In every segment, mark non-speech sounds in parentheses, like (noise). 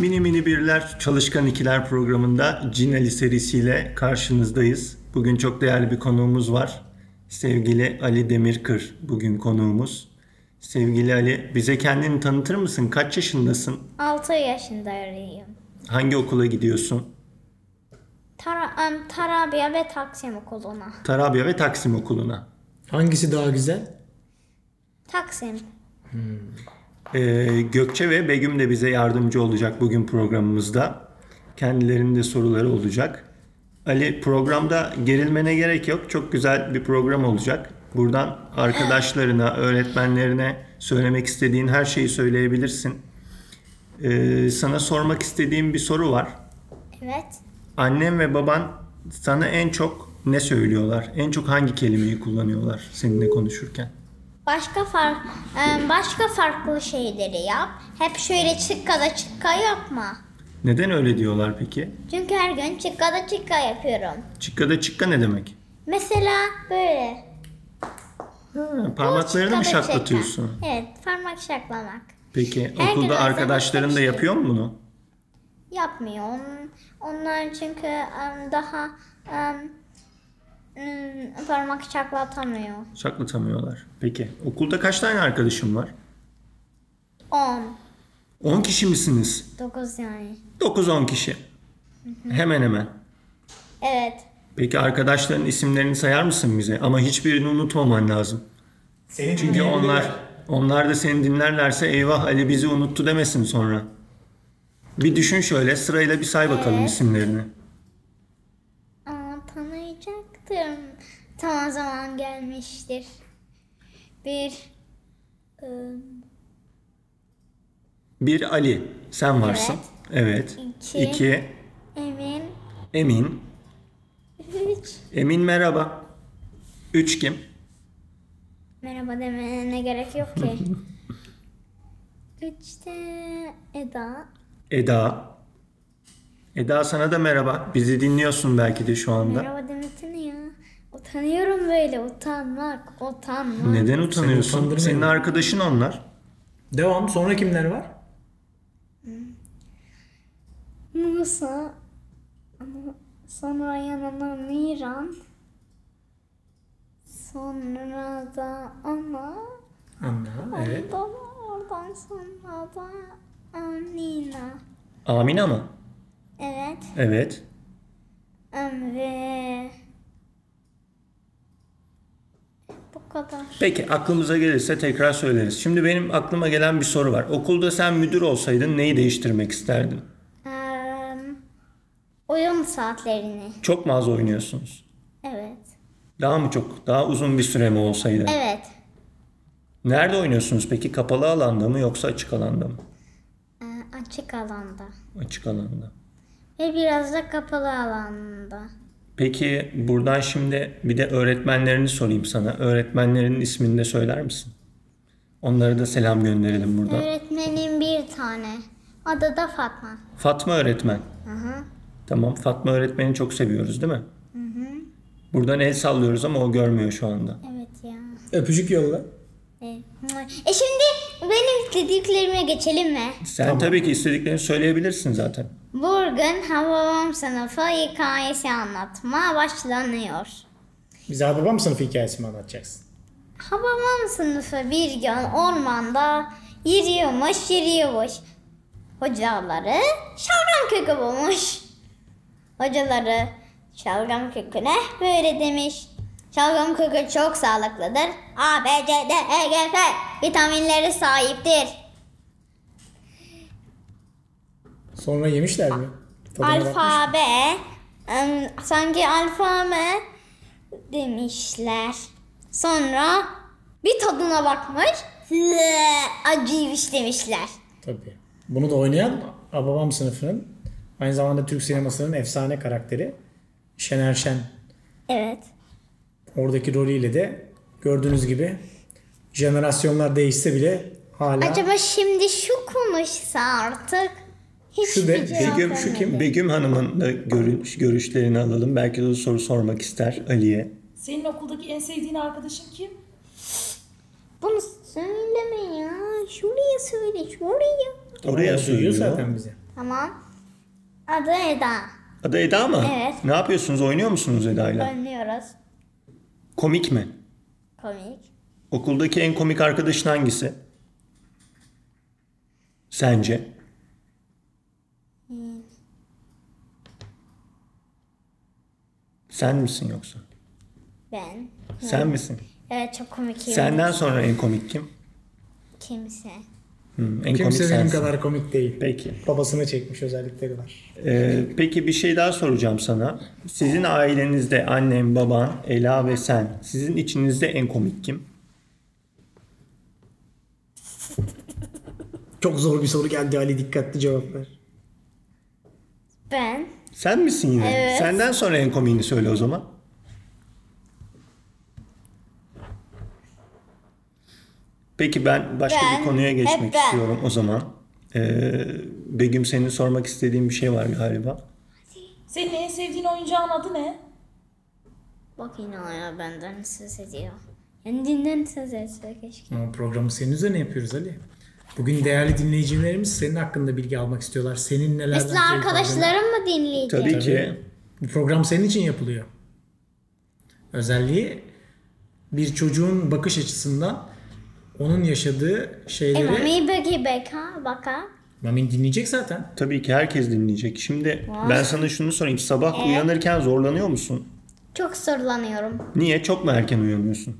Mini Mini Birler Çalışkan İkiler programında Cin Ali serisiyle karşınızdayız. Bugün çok değerli bir konuğumuz var. Sevgili Ali Demirkır bugün konuğumuz. Sevgili Ali bize kendini tanıtır mısın? Kaç yaşındasın? 6 yaşındayım. Hangi okula gidiyorsun? Tara, em, Tarabya ve Taksim okuluna. Tarabya ve Taksim okuluna. Hangisi daha güzel? Taksim. Ee, Gökçe ve Begüm de bize yardımcı olacak bugün programımızda. Kendilerinin de soruları olacak. Ali programda gerilmene gerek yok. Çok güzel bir program olacak. Buradan arkadaşlarına, öğretmenlerine söylemek istediğin her şeyi söyleyebilirsin. Ee, sana sormak istediğim bir soru var. Evet. Annem ve baban sana en çok ne söylüyorlar? En çok hangi kelimeyi kullanıyorlar seninle konuşurken? Başka far, em, başka farklı şeyleri yap. Hep şöyle çıkkada çıkka yapma. Neden öyle diyorlar peki? Çünkü her gün çıkkada çıkka yapıyorum. Çıkkada çıkka ne demek? Mesela böyle. Ha, parmaklarını mı Çıkkada şaklatıyorsun? çıkka. Evet, parmak şaklamak. Peki Her gün okulda özel arkadaşların da başka bir şey. yapıyor mu bunu? Yapmıyor. On- Onlar çünkü em, daha em, em, parmak şaklatamıyor. Şaklatamıyorlar. Peki okulda kaç tane arkadaşın var? 10. 10 kişi misiniz? 9 yani. 9-10 kişi. Hemen hemen. Evet. Peki arkadaşların isimlerini sayar mısın bize? Ama hiçbirini unutmaman lazım. Senin Çünkü onlar onlar da seni dinlerlerse eyvah Ali bizi unuttu demesin sonra. Bir düşün şöyle sırayla bir say bakalım Evet. isimlerini. Aa, tanıyacaktım. Tam o zaman gelmiştir. Bir ıı, Bir Ali sen varsın. Evet. İki. İki. Emin Emin. üç. Emin merhaba. Üç kim? Merhaba demene gerek yok ki. Üçte Eda. Eda. Eda sana da merhaba. Bizi dinliyorsun belki de şu anda. Merhaba demesene ya. Utanıyorum böyle utanmak utanmak. Neden Seni utanıyorsun? utandırmayayım. Senin arkadaşın onlar. Devam. Sonra kimler var? Musa. Sonra yanına Miran. Sonra da Ana. Anna. Evet. Ondan oradan sonra da Amina. Amina mı? Evet. Evet. em, Ve bu kadar. Peki aklımıza gelirse tekrar söyleriz. Şimdi benim aklıma gelen bir soru var. Okulda sen müdür olsaydın neyi değiştirmek isterdin? Em, oyun saatlerini. Çok mu az oynuyorsunuz? Evet. Daha mı çok? Daha uzun bir süre mi olsaydı? Evet. Nerede oynuyorsunuz peki? Kapalı alanda mı yoksa açık alanda mı? e, Açık alanda. Açık alanda. Ve biraz da kapalı alanda. Peki buradan şimdi bir de öğretmenlerini sorayım sana. Öğretmenlerin ismini de söyler misin? Onlara da selam gönderelim buradan. Ee, Öğretmenim bir tane. Adı da Fatma. Fatma öğretmen. Tamam Fatma öğretmeni çok seviyoruz değil mi? Buradan el sallıyoruz ama o görmüyor şu anda. Evet ya. Öpücük yolla. E, e şimdi benim dediklerime geçelim mi? Sen tabii ki istediklerini söyleyebilirsin zaten. Bugün Hababam sınıfı hikayesi anlatma başlanıyor. Bize Hababam sınıfı hikayesi mi anlatacaksın? Hababam sınıfı bir gün ormanda yürüyormuş yürüyormuş. Hocaları şalgam kökü bulmuş. Hocaları şalgam köküne böyle demiş. Şalgam kökü çok sağlıklıdır. A, B, C, D, E, G, F vitaminleri sahiptir. Sonra yemişler mi? Tadına bakmış. Alfabe. em, Sanki alfabe demişler. Sonra bir tadına bakmış. "Hı, Acıymış demişler. Tabii. Bunu da oynayan Hababam sınıfının aynı zamanda Türk sinemasının efsane karakteri Şener Şen. Evet. Oradaki rolüyle de gördüğünüz gibi jenerasyonlar değişse bile hala Acaba şimdi şu konuşsa artık Hiç Şu de- bir cevap Begüm, vermedi. Begüm Hanım'ın da görüş, görüşlerini alalım. Belki de o soru sormak ister Ali'ye. Senin okuldaki en sevdiğin arkadaşın kim? Bunu söyleme ya. Şuraya söyle şuraya. Oraya O duyuyor söylüyor. zaten bizi. Tamam. Adı Eda. Adı Eda mı? Evet. Ne yapıyorsunuz? Oynuyor musunuz Eda'yla? Oynuyoruz. Komik mi? Komik. Okuldaki en komik arkadaşın hangisi? Sence? Sen misin yoksa? Ben. Sen misin? Evet çok komik. Senden sonra en komik kim? Kimse. Hı, en komik Kimse benim sensin. kadar komik değil. Peki. Babasını çekmiş özellikleri var. Ee, peki bir şey daha soracağım sana. Sizin ailenizde annem, baban, Ela ve sen. Sizin içinizde en komik kim? Çok zor bir soru geldi Ali dikkatli cevap ver. Ben. Sen misin yine? Evet. Senden sonra en komiğini söyle o zaman. Peki ben başka Ben, bir konuya geçmek hep ben. istiyorum o zaman. Ee, Begüm senin sormak istediğin bir şey var galiba. Senin en sevdiğin oyuncağın adı ne? Bak yine ya benden söz ediyor. Kendinden söz etse keşke. Ama programı senin üzerine yapıyoruz Ali. Bugün değerli dinleyicilerimiz senin hakkında bilgi almak istiyorlar. Senin nelerden Mesela keyif aldığını- arkadaşlarım mı dinleyecek? Tabii, ki. Bu program senin için yapılıyor. Özelliği bir çocuğun bakış açısından onun yaşadığı E şeyleri... mami beki beka baka. Mamin dinleyecek zaten. Tabii ki herkes dinleyecek. Şimdi ben sana şunu sorayım. Sabah uyanırken zorlanıyor musun? Çok sorulanıyorum. Niye? Çok mu erken uyanıyorsun?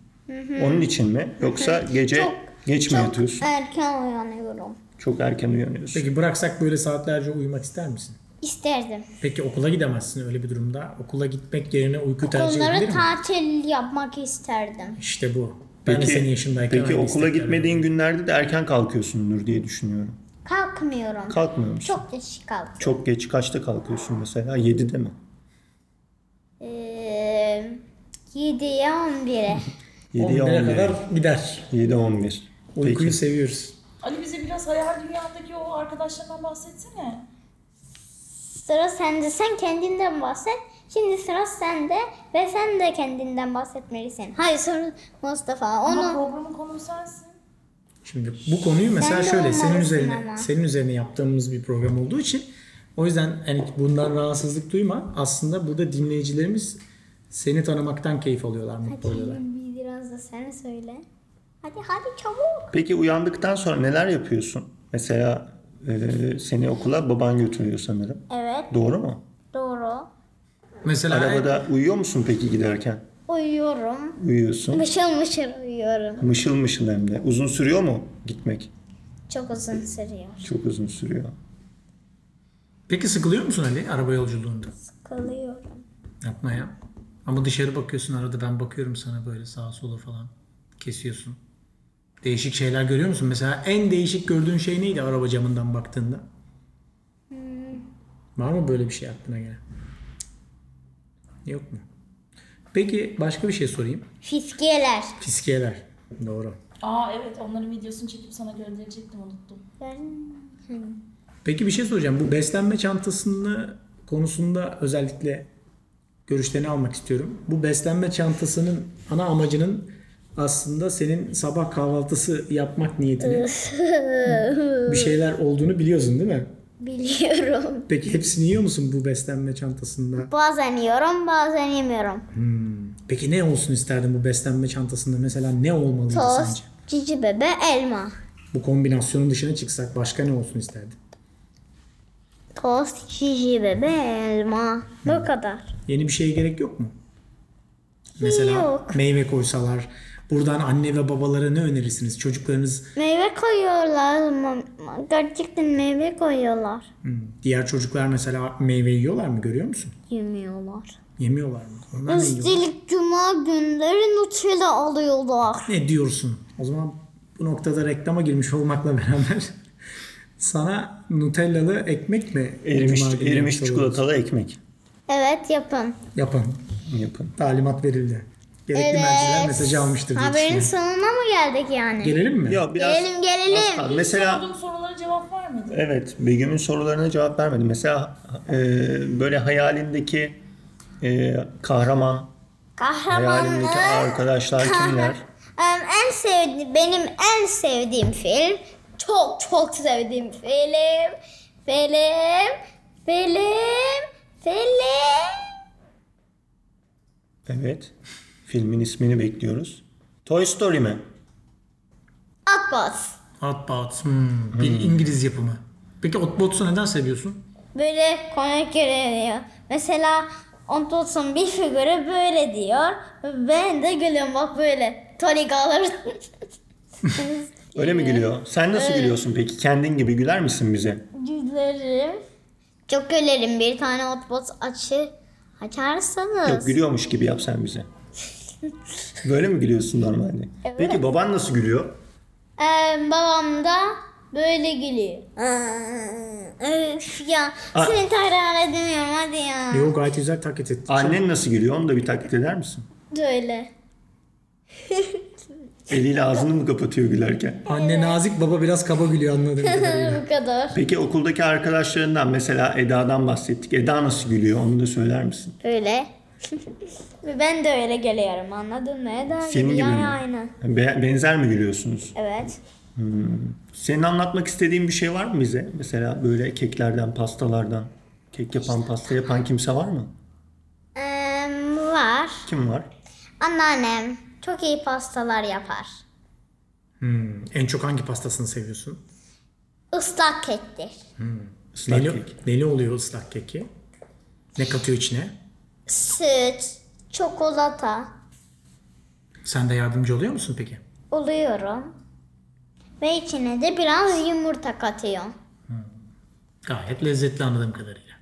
Onun için mi? Yoksa gece Çok- geç mi Çok yatıyorsun? erken uyanıyorum. Çok erken uyanıyorsun. Peki bıraksak böyle saatlerce uyumak ister misin? İsterdim. Peki okula gidemezsin öyle bir durumda. Okula gitmek yerine uyku tercih edilir Onları mi? tatil yapmak isterdim. İşte bu. Ben de senin yaşındayken Peki aynı okula isteklerle- gitmediğin günlerde de erken kalkıyorsundur diye düşünüyorum. Kalkmıyorum. Kalkmıyor musun? Çok, Çok geç kalk. geç kaçta kalkıyorsun mesela? 7'de mi? Ee, 7'ye 11'e. 7'ye 11'e 11'e. kadar gider. 7'ye 11. Uykuyu Peki. seviyoruz. Ali bize biraz hayal dünyandaki o arkadaşlarından bahsetsene. Sıra sende. Sen kendinden bahset. Şimdi sıra sende ve sen de kendinden bahsetmelisin. Hayır soru Mustafa. Ama Onu programın konuğu sensin. Şimdi bu konuyu mesela Sen de şöyle senin olmalısın üzerine ama. senin üzerine yaptığımız bir program olduğu için o yüzden hani bundan rahatsızlık duyma. Aslında burada dinleyicilerimiz seni tanımaktan keyif alıyorlar, mutlu oluyorlar. Hadi biraz da sen söyle. Hadi hadi çabuk. Peki uyandıktan sonra neler yapıyorsun? Mesela e, seni okula baban götürüyor sanırım. Evet Doğru mu? doğru. Mesela Arabada uyuyor musun peki giderken? Uyuyorum. Uyuyorsun. Mışıl mışıl uyuyorum. Mışıl mışıl hem de. Uzun sürüyor mu gitmek? Çok uzun sürüyor. Çok uzun sürüyor. peki sıkılıyor musun Ali araba yolculuğunda? Sıkılıyorum. Yapma ya. Ama dışarı bakıyorsun arada ben bakıyorum sana böyle sağa sola falan kesiyorsun. Değişik şeyler görüyor musun? Mesela en değişik gördüğün şey neydi araba camından baktığında? Var mı böyle bir şey aklına gelen? Yok mu? Peki başka bir şey sorayım. Fiskiyeler. Fiskiyeler. Doğru. Aa evet onların videosunu çekip sana gönderecektim unuttum. Ben Peki bir şey soracağım. Bu beslenme çantasını konusunda özellikle görüşlerini almak istiyorum. Bu beslenme çantasının ana amacının aslında senin sabah kahvaltısı yapmak niyetine bir şeyler olduğunu biliyorsun değil mi? biliyorum. (laughs) Peki hepsini yiyor musun bu beslenme çantasında? Bazen yiyorum bazen yemiyorum. Peki ne olsun isterdin bu beslenme çantasında? Mesela ne olmalıydı Tost, sence? cici bebe, elma. Bu kombinasyonun dışına çıksak başka ne olsun isterdin? Tost, cici bebe, elma. Bu kadar. Yeni bir şeye gerek yok mu? Mesela Yok. meyve koysalar. Buradan anne ve babalara ne önerirsiniz? Çocuklarınız Meyve koyuyorlar. ma- Gerçekten meyve koyuyorlar. Hmm. Diğer çocuklar mesela meyve yiyorlar mı görüyor musun? Yemiyorlar. Yemiyorlar mı? Onlar ne yiyorlar? Üstelik cuma günleri Nutella alıyorlar. Ne diyorsun? O zaman bu noktada reklama girmiş olmakla (laughs) beraber sana nutellalı ekmek mi? Erimiş, Cuma günü erimiş yemiş oluyoruz? çikolatalı ekmek Evet yapın. Yapın. yapın. Talimat verildi. Gerekli merciler mesajı almıştır diye Haberin düşünüyorum. sonuna mı geldik yani? Gelelim mi? Ya biraz Gelelim gelelim. az kaldı. İlk Mesela sorduğum sorulara cevap cevap vermedi. Evet, Begüm'ün sorularına cevap vermedi. Mesela e, böyle hayalindeki e, kahraman, hayalindeki Kahramanlığı arkadaşlar kimler? (laughs) Em, en sevdi benim en sevdiğim film çok çok sevdiğim film film film film Evet, filmin ismini bekliyoruz. Toy Story mi? Atlas. Outbots. Hmm, Bir İngiliz yapımı. Peki Outbots'u neden seviyorsun? Böyle komik görünüyor. Mesela Antolson bir figürü böyle diyor. Ben de gülüyorum bak böyle. Toligalar. Öyle mi gülüyor? Sen nasıl gülüyorsun peki? Kendin gibi güler misin bize? Gülerim. Çok gülerim. Bir tane otbot açı açarsanız. Yok gülüyormuş gibi yap sen bize. Böyle mi gülüyorsun normalde? Evet. Peki baban nasıl gülüyor? Ee, babam da böyle gülüyor. Öf ya. Aa. Seni tekrar edemiyorum hadi ya. Yo gayet güzel taklit ettin. Annen nasıl gülüyor? Onu da bir taklit eder misin? Böyle. Eliyle ağzını mı kapatıyor gülerken? Anne nazik baba biraz kaba gülüyor anladığım kadarıyla. Bu kadar. Peki okuldaki arkadaşlarından mesela Eda'dan bahsettik. Eda nasıl gülüyor? Onu da söyler misin? Böyle. Ve (laughs) ben de öyle geliyorum anladın mı? Eda Senin gibi yani mi? aynı. Be- benzer mi gülüyorsunuz? Evet. Senin anlatmak istediğin bir şey var mı bize? Mesela böyle keklerden, pastalardan. Kek yapan, pasta yapan kimse var mı? Ee, var. Kim var? Anneannem çok iyi pastalar yapar. Hmm, en çok hangi pastasını seviyorsun? Islak kektir. Islak Neli, kek. neli oluyor ıslak keki? Ne katıyor içine? Süt, çikolata Sen de yardımcı oluyor musun peki? oluyorum. Ve içine de biraz yumurta katıyorum. Gayet lezzetli anladığım kadarıyla.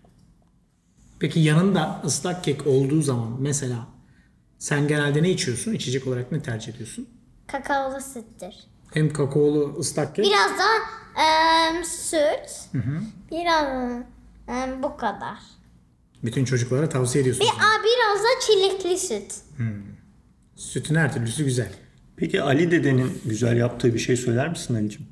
Peki yanında ıslak kek olduğu zaman mesela sen genelde ne içiyorsun? İçecek olarak ne tercih ediyorsun? Kakaolu süttür. Hem kakaolu ıslak kek Biraz da em, süt. Biraz em, bu kadar. bütün çocuklara tavsiye ediyorsun. Bir, a, biraz da çilekli süt. Sütün her türlüsü güzel. Peki Ali dedenin güzel yaptığı bir şey söyler misin Ali'cim?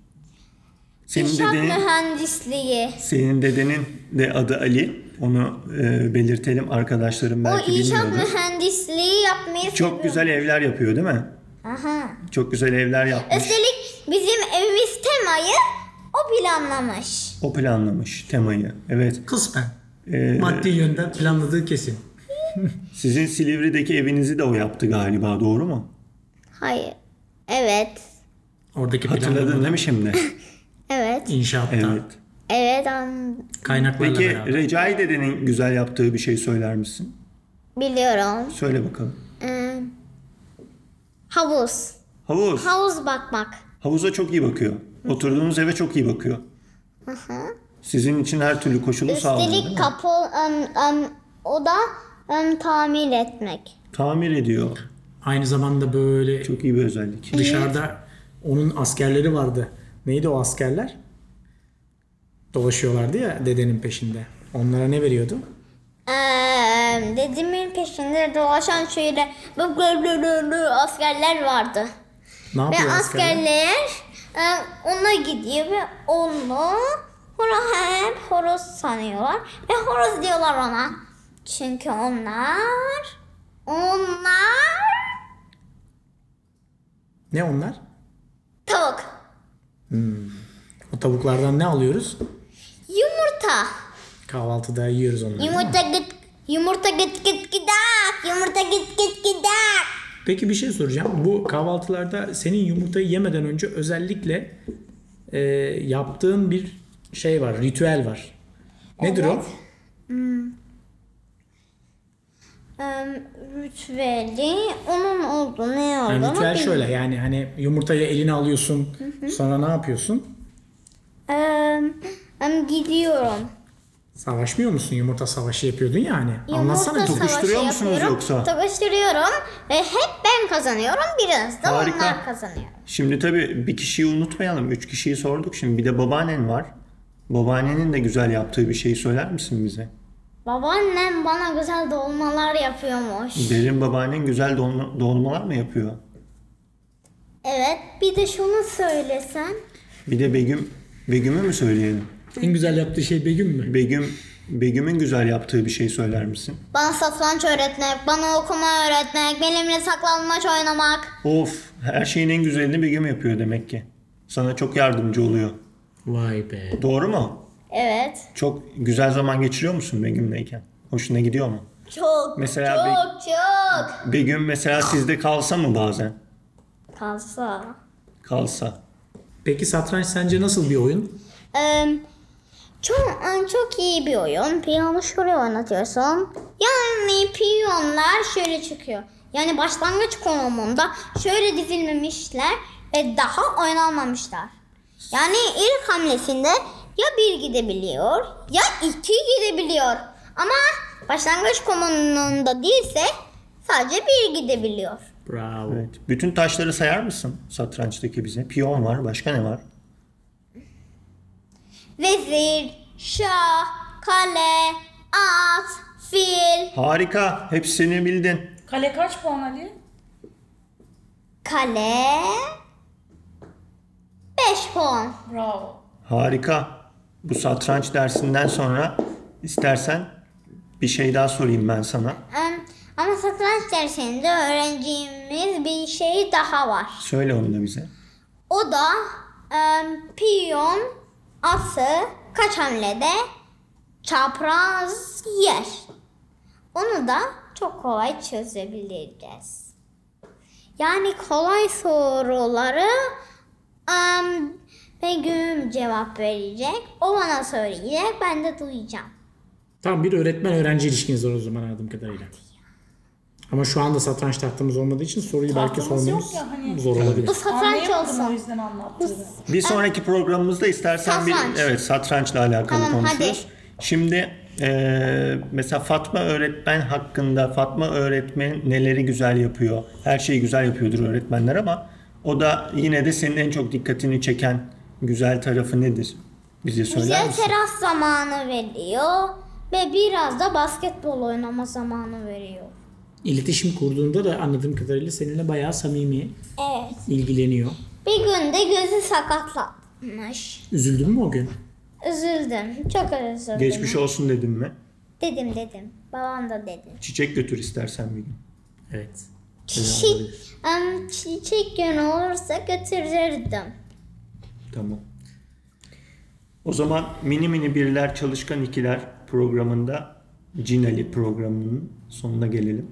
Senin İnşaat dedenin, mühendisliği. senin dedenin de adı Ali. Onu e, belirtelim arkadaşlarım O belki inşaat bilmiyordur. mühendisliği yapmayı Çok güzel evler yapıyor değil mi? Aha. Çok güzel evler yapmış. Üstelik bizim evimiz temayı o planlamış. O planlamış temayı. Evet. Kısmen. Ee, Maddi yönden planladığı kesin. Sizin Silivri'deki evinizi de o yaptı galiba doğru mu? Hayır. Evet. Oradaki Hatırladın planlama değil mi şimdi? Evet. inşaatta Evet. Evet. an- kaynaklarla Peki beraber. Recai dedenin güzel yaptığı bir şey söyler misin? Biliyorum. Söyle bakalım. Ee, havuz. Havuz. Havuz bakmak. Havuza çok iyi bakıyor. Oturduğunuz eve çok iyi bakıyor. Sizin için her türlü koşulu sağlıyor değil mi? Üstelik kapı ım, ım, o da ım, tamir etmek. Tamir ediyor. Aynı zamanda böyle Çok iyi bir özellik. Dışarıda onun askerleri vardı. Neydi o askerler? Dolaşıyorlardı ya dedenin peşinde. Onlara ne veriyordu? Ee, dedemin peşinde dolaşan şöyle bıp bıp bıp bıp bıp askerler vardı. Ne Ve yapıyor askerler? askerler e, ona gidiyor ve onu horoz hep horoz sanıyorlar ve horoz diyorlar ona. Çünkü onlar onlar Ne onlar? tavuk. O tavuklardan ne alıyoruz? Yumurta. Kahvaltıda yiyoruz onları. değil mi? Yumurta git yumurta git git gidak. Yumurta git git gidak. Peki bir şey soracağım. Bu kahvaltılarda senin yumurtayı yemeden önce özellikle e, yaptığın bir şey var, ritüel var. Nedir o? Em, ritüeli onun oldu ne oldu? Yani ama ritüel bilmiyorum. şöyle yani hani yumurtayı eline alıyorsun sonra ne yapıyorsun? Em, em, gidiyorum. Savaşmıyor musun? Yumurta savaşı yapıyordun ya hani. Yumurta Anlatsana çok. savaşı Tokuşturuyor musunuz yapıyorum. yoksa? Tokuşturuyorum ve hep ben kazanıyorum biraz da Harika. onlar kazanıyor. Şimdi tabii bir kişiyi unutmayalım. Üç kişiyi sorduk şimdi. Bir de babaannen var. Babaannenin de güzel yaptığı bir şey söyler misin bize? Babaannem bana güzel dolmalar yapıyormuş. Derin babaannen güzel dolma- dolmalar mı yapıyor? Evet bir de şunu söylesen. Bir de Begüm Begüm'ü mü söyleyelim? En güzel yaptığı şey Begüm mü? Begüm, Begüm'ün güzel yaptığı bir şey söyler misin? Bana satranç öğretmek, bana okuma öğretmek, benimle saklanmaç oynamak. Of, her şeyin en güzelini Begüm yapıyor demek ki. Sana çok yardımcı oluyor. Vay be. Doğru mu? Evet. Çok güzel zaman geçiriyor musun Begüm'leyken? Hoşuna gidiyor mu? Çok, Mesela çok, çok. Begüm mesela sizde kalsa mı bazen? Kalsa. Kalsa. Peki satranç sence nasıl bir oyun? Ee, çok, çok iyi bir oyun. Piyonu şuraya oynatıyorsun. Yani piyonlar şöyle çıkıyor. Yani başlangıç konumunda şöyle dizilmemişler ve daha oynanmamışlar. Yani ilk hamlesinde ya bir gidebiliyor ya iki gidebiliyor. Ama başlangıç konumunda değilse sadece bir gidebiliyor. Bravo. Evet. Bütün taşları sayar mısın satrançtaki bize? Piyon var, başka ne var? Vezir, şah, kale, at, fil, Harika, hepsini bildin. Kale kaç puan Ali? kale. 5 puan. Bravo. Harika. Bu satranç dersinden sonra istersen bir şey daha sorayım ben sana. Em, Ama satranç dersinde öğreneceğimiz bir şey daha var. Söyle onu da bize. O da em, piyon atı kaç hamlede çapraz yer. Onu da çok kolay çözebileceğiz. Yani kolay soruları em, Begüm cevap verecek. O bana söyleyecek. Ben de duyacağım. Tam bir öğretmen öğrenci ilişkiniz var o zaman anladığım kadarıyla. Ama şu anda satranç tahtamız olmadığı için soruyu belki Tahtamız yok sormamız ya hani. zor olabilir. Bu satranç Anlayamadım o olsun. yüzden anlattığını. Bir sonraki programımızda istersen Satranç. bir evet satrançla alakalı Tamam, konuşuruz. Şimdi eee, mesela Fatma öğretmen hakkında Fatma öğretmen neleri güzel yapıyor? Her şeyi güzel yapıyordur öğretmenler ama o da yine de senin en çok dikkatini çeken güzel tarafı nedir? Bize söyler Bize misin? teras zamanı veriyor ve biraz da basketbol oynama zamanı veriyor. İletişim kurduğunda da anladığım kadarıyla seninle bayağı samimi Evet. ilgileniyor. Bir gün de gözü sakatlanmış. Üzüldün mü o gün? Üzüldüm. Çok üzüldüm. Geçmiş olsun dedim mi? Dedim dedim. Babam da dedi. Çiçek götür istersen bir gün. Evet. Çiçek, em, çiçek günü olursa götürürdüm. Tamam. O zaman mini mini birler çalışkan ikiler programında Cinali programının sonuna gelelim.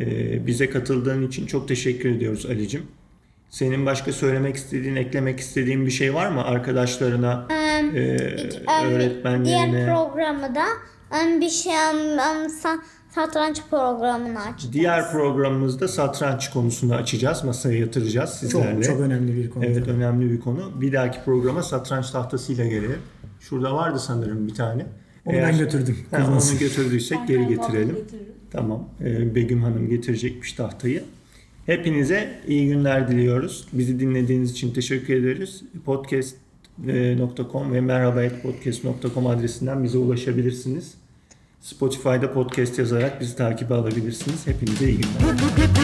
Ee, bize katıldığın için çok teşekkür ediyoruz Ali'cim. Senin başka söylemek istediğin, eklemek istediğin bir şey var mı arkadaşlarına, Em, e, Em, Ee, diğer öğretmenlerine? programı da em, bir şey em, em, sa- satranç programını aç. diğer programımızda satranç konusunu açacağız, masaya yatıracağız sizlerle. Çok, çok önemli bir konu. Evet önemli bir konu. Bir dahaki programa satranç tahtasıyla gelelim. Şurada vardı sanırım bir tane. Onu ben götürdüm. Ha, onu götürdüysek geri Ben tahtamı getirelim. getiririm. Tamam. Ee, Begüm Hanım getirecekmiş tahtayı. Hepinize iyi günler diliyoruz. Bizi dinlediğiniz için teşekkür ederiz. Podcast.com ve merhaba.podcast.com adresinden bize ulaşabilirsiniz. Spotify'da podcast yazarak bizi takibe alabilirsiniz. Hepinize iyi günler.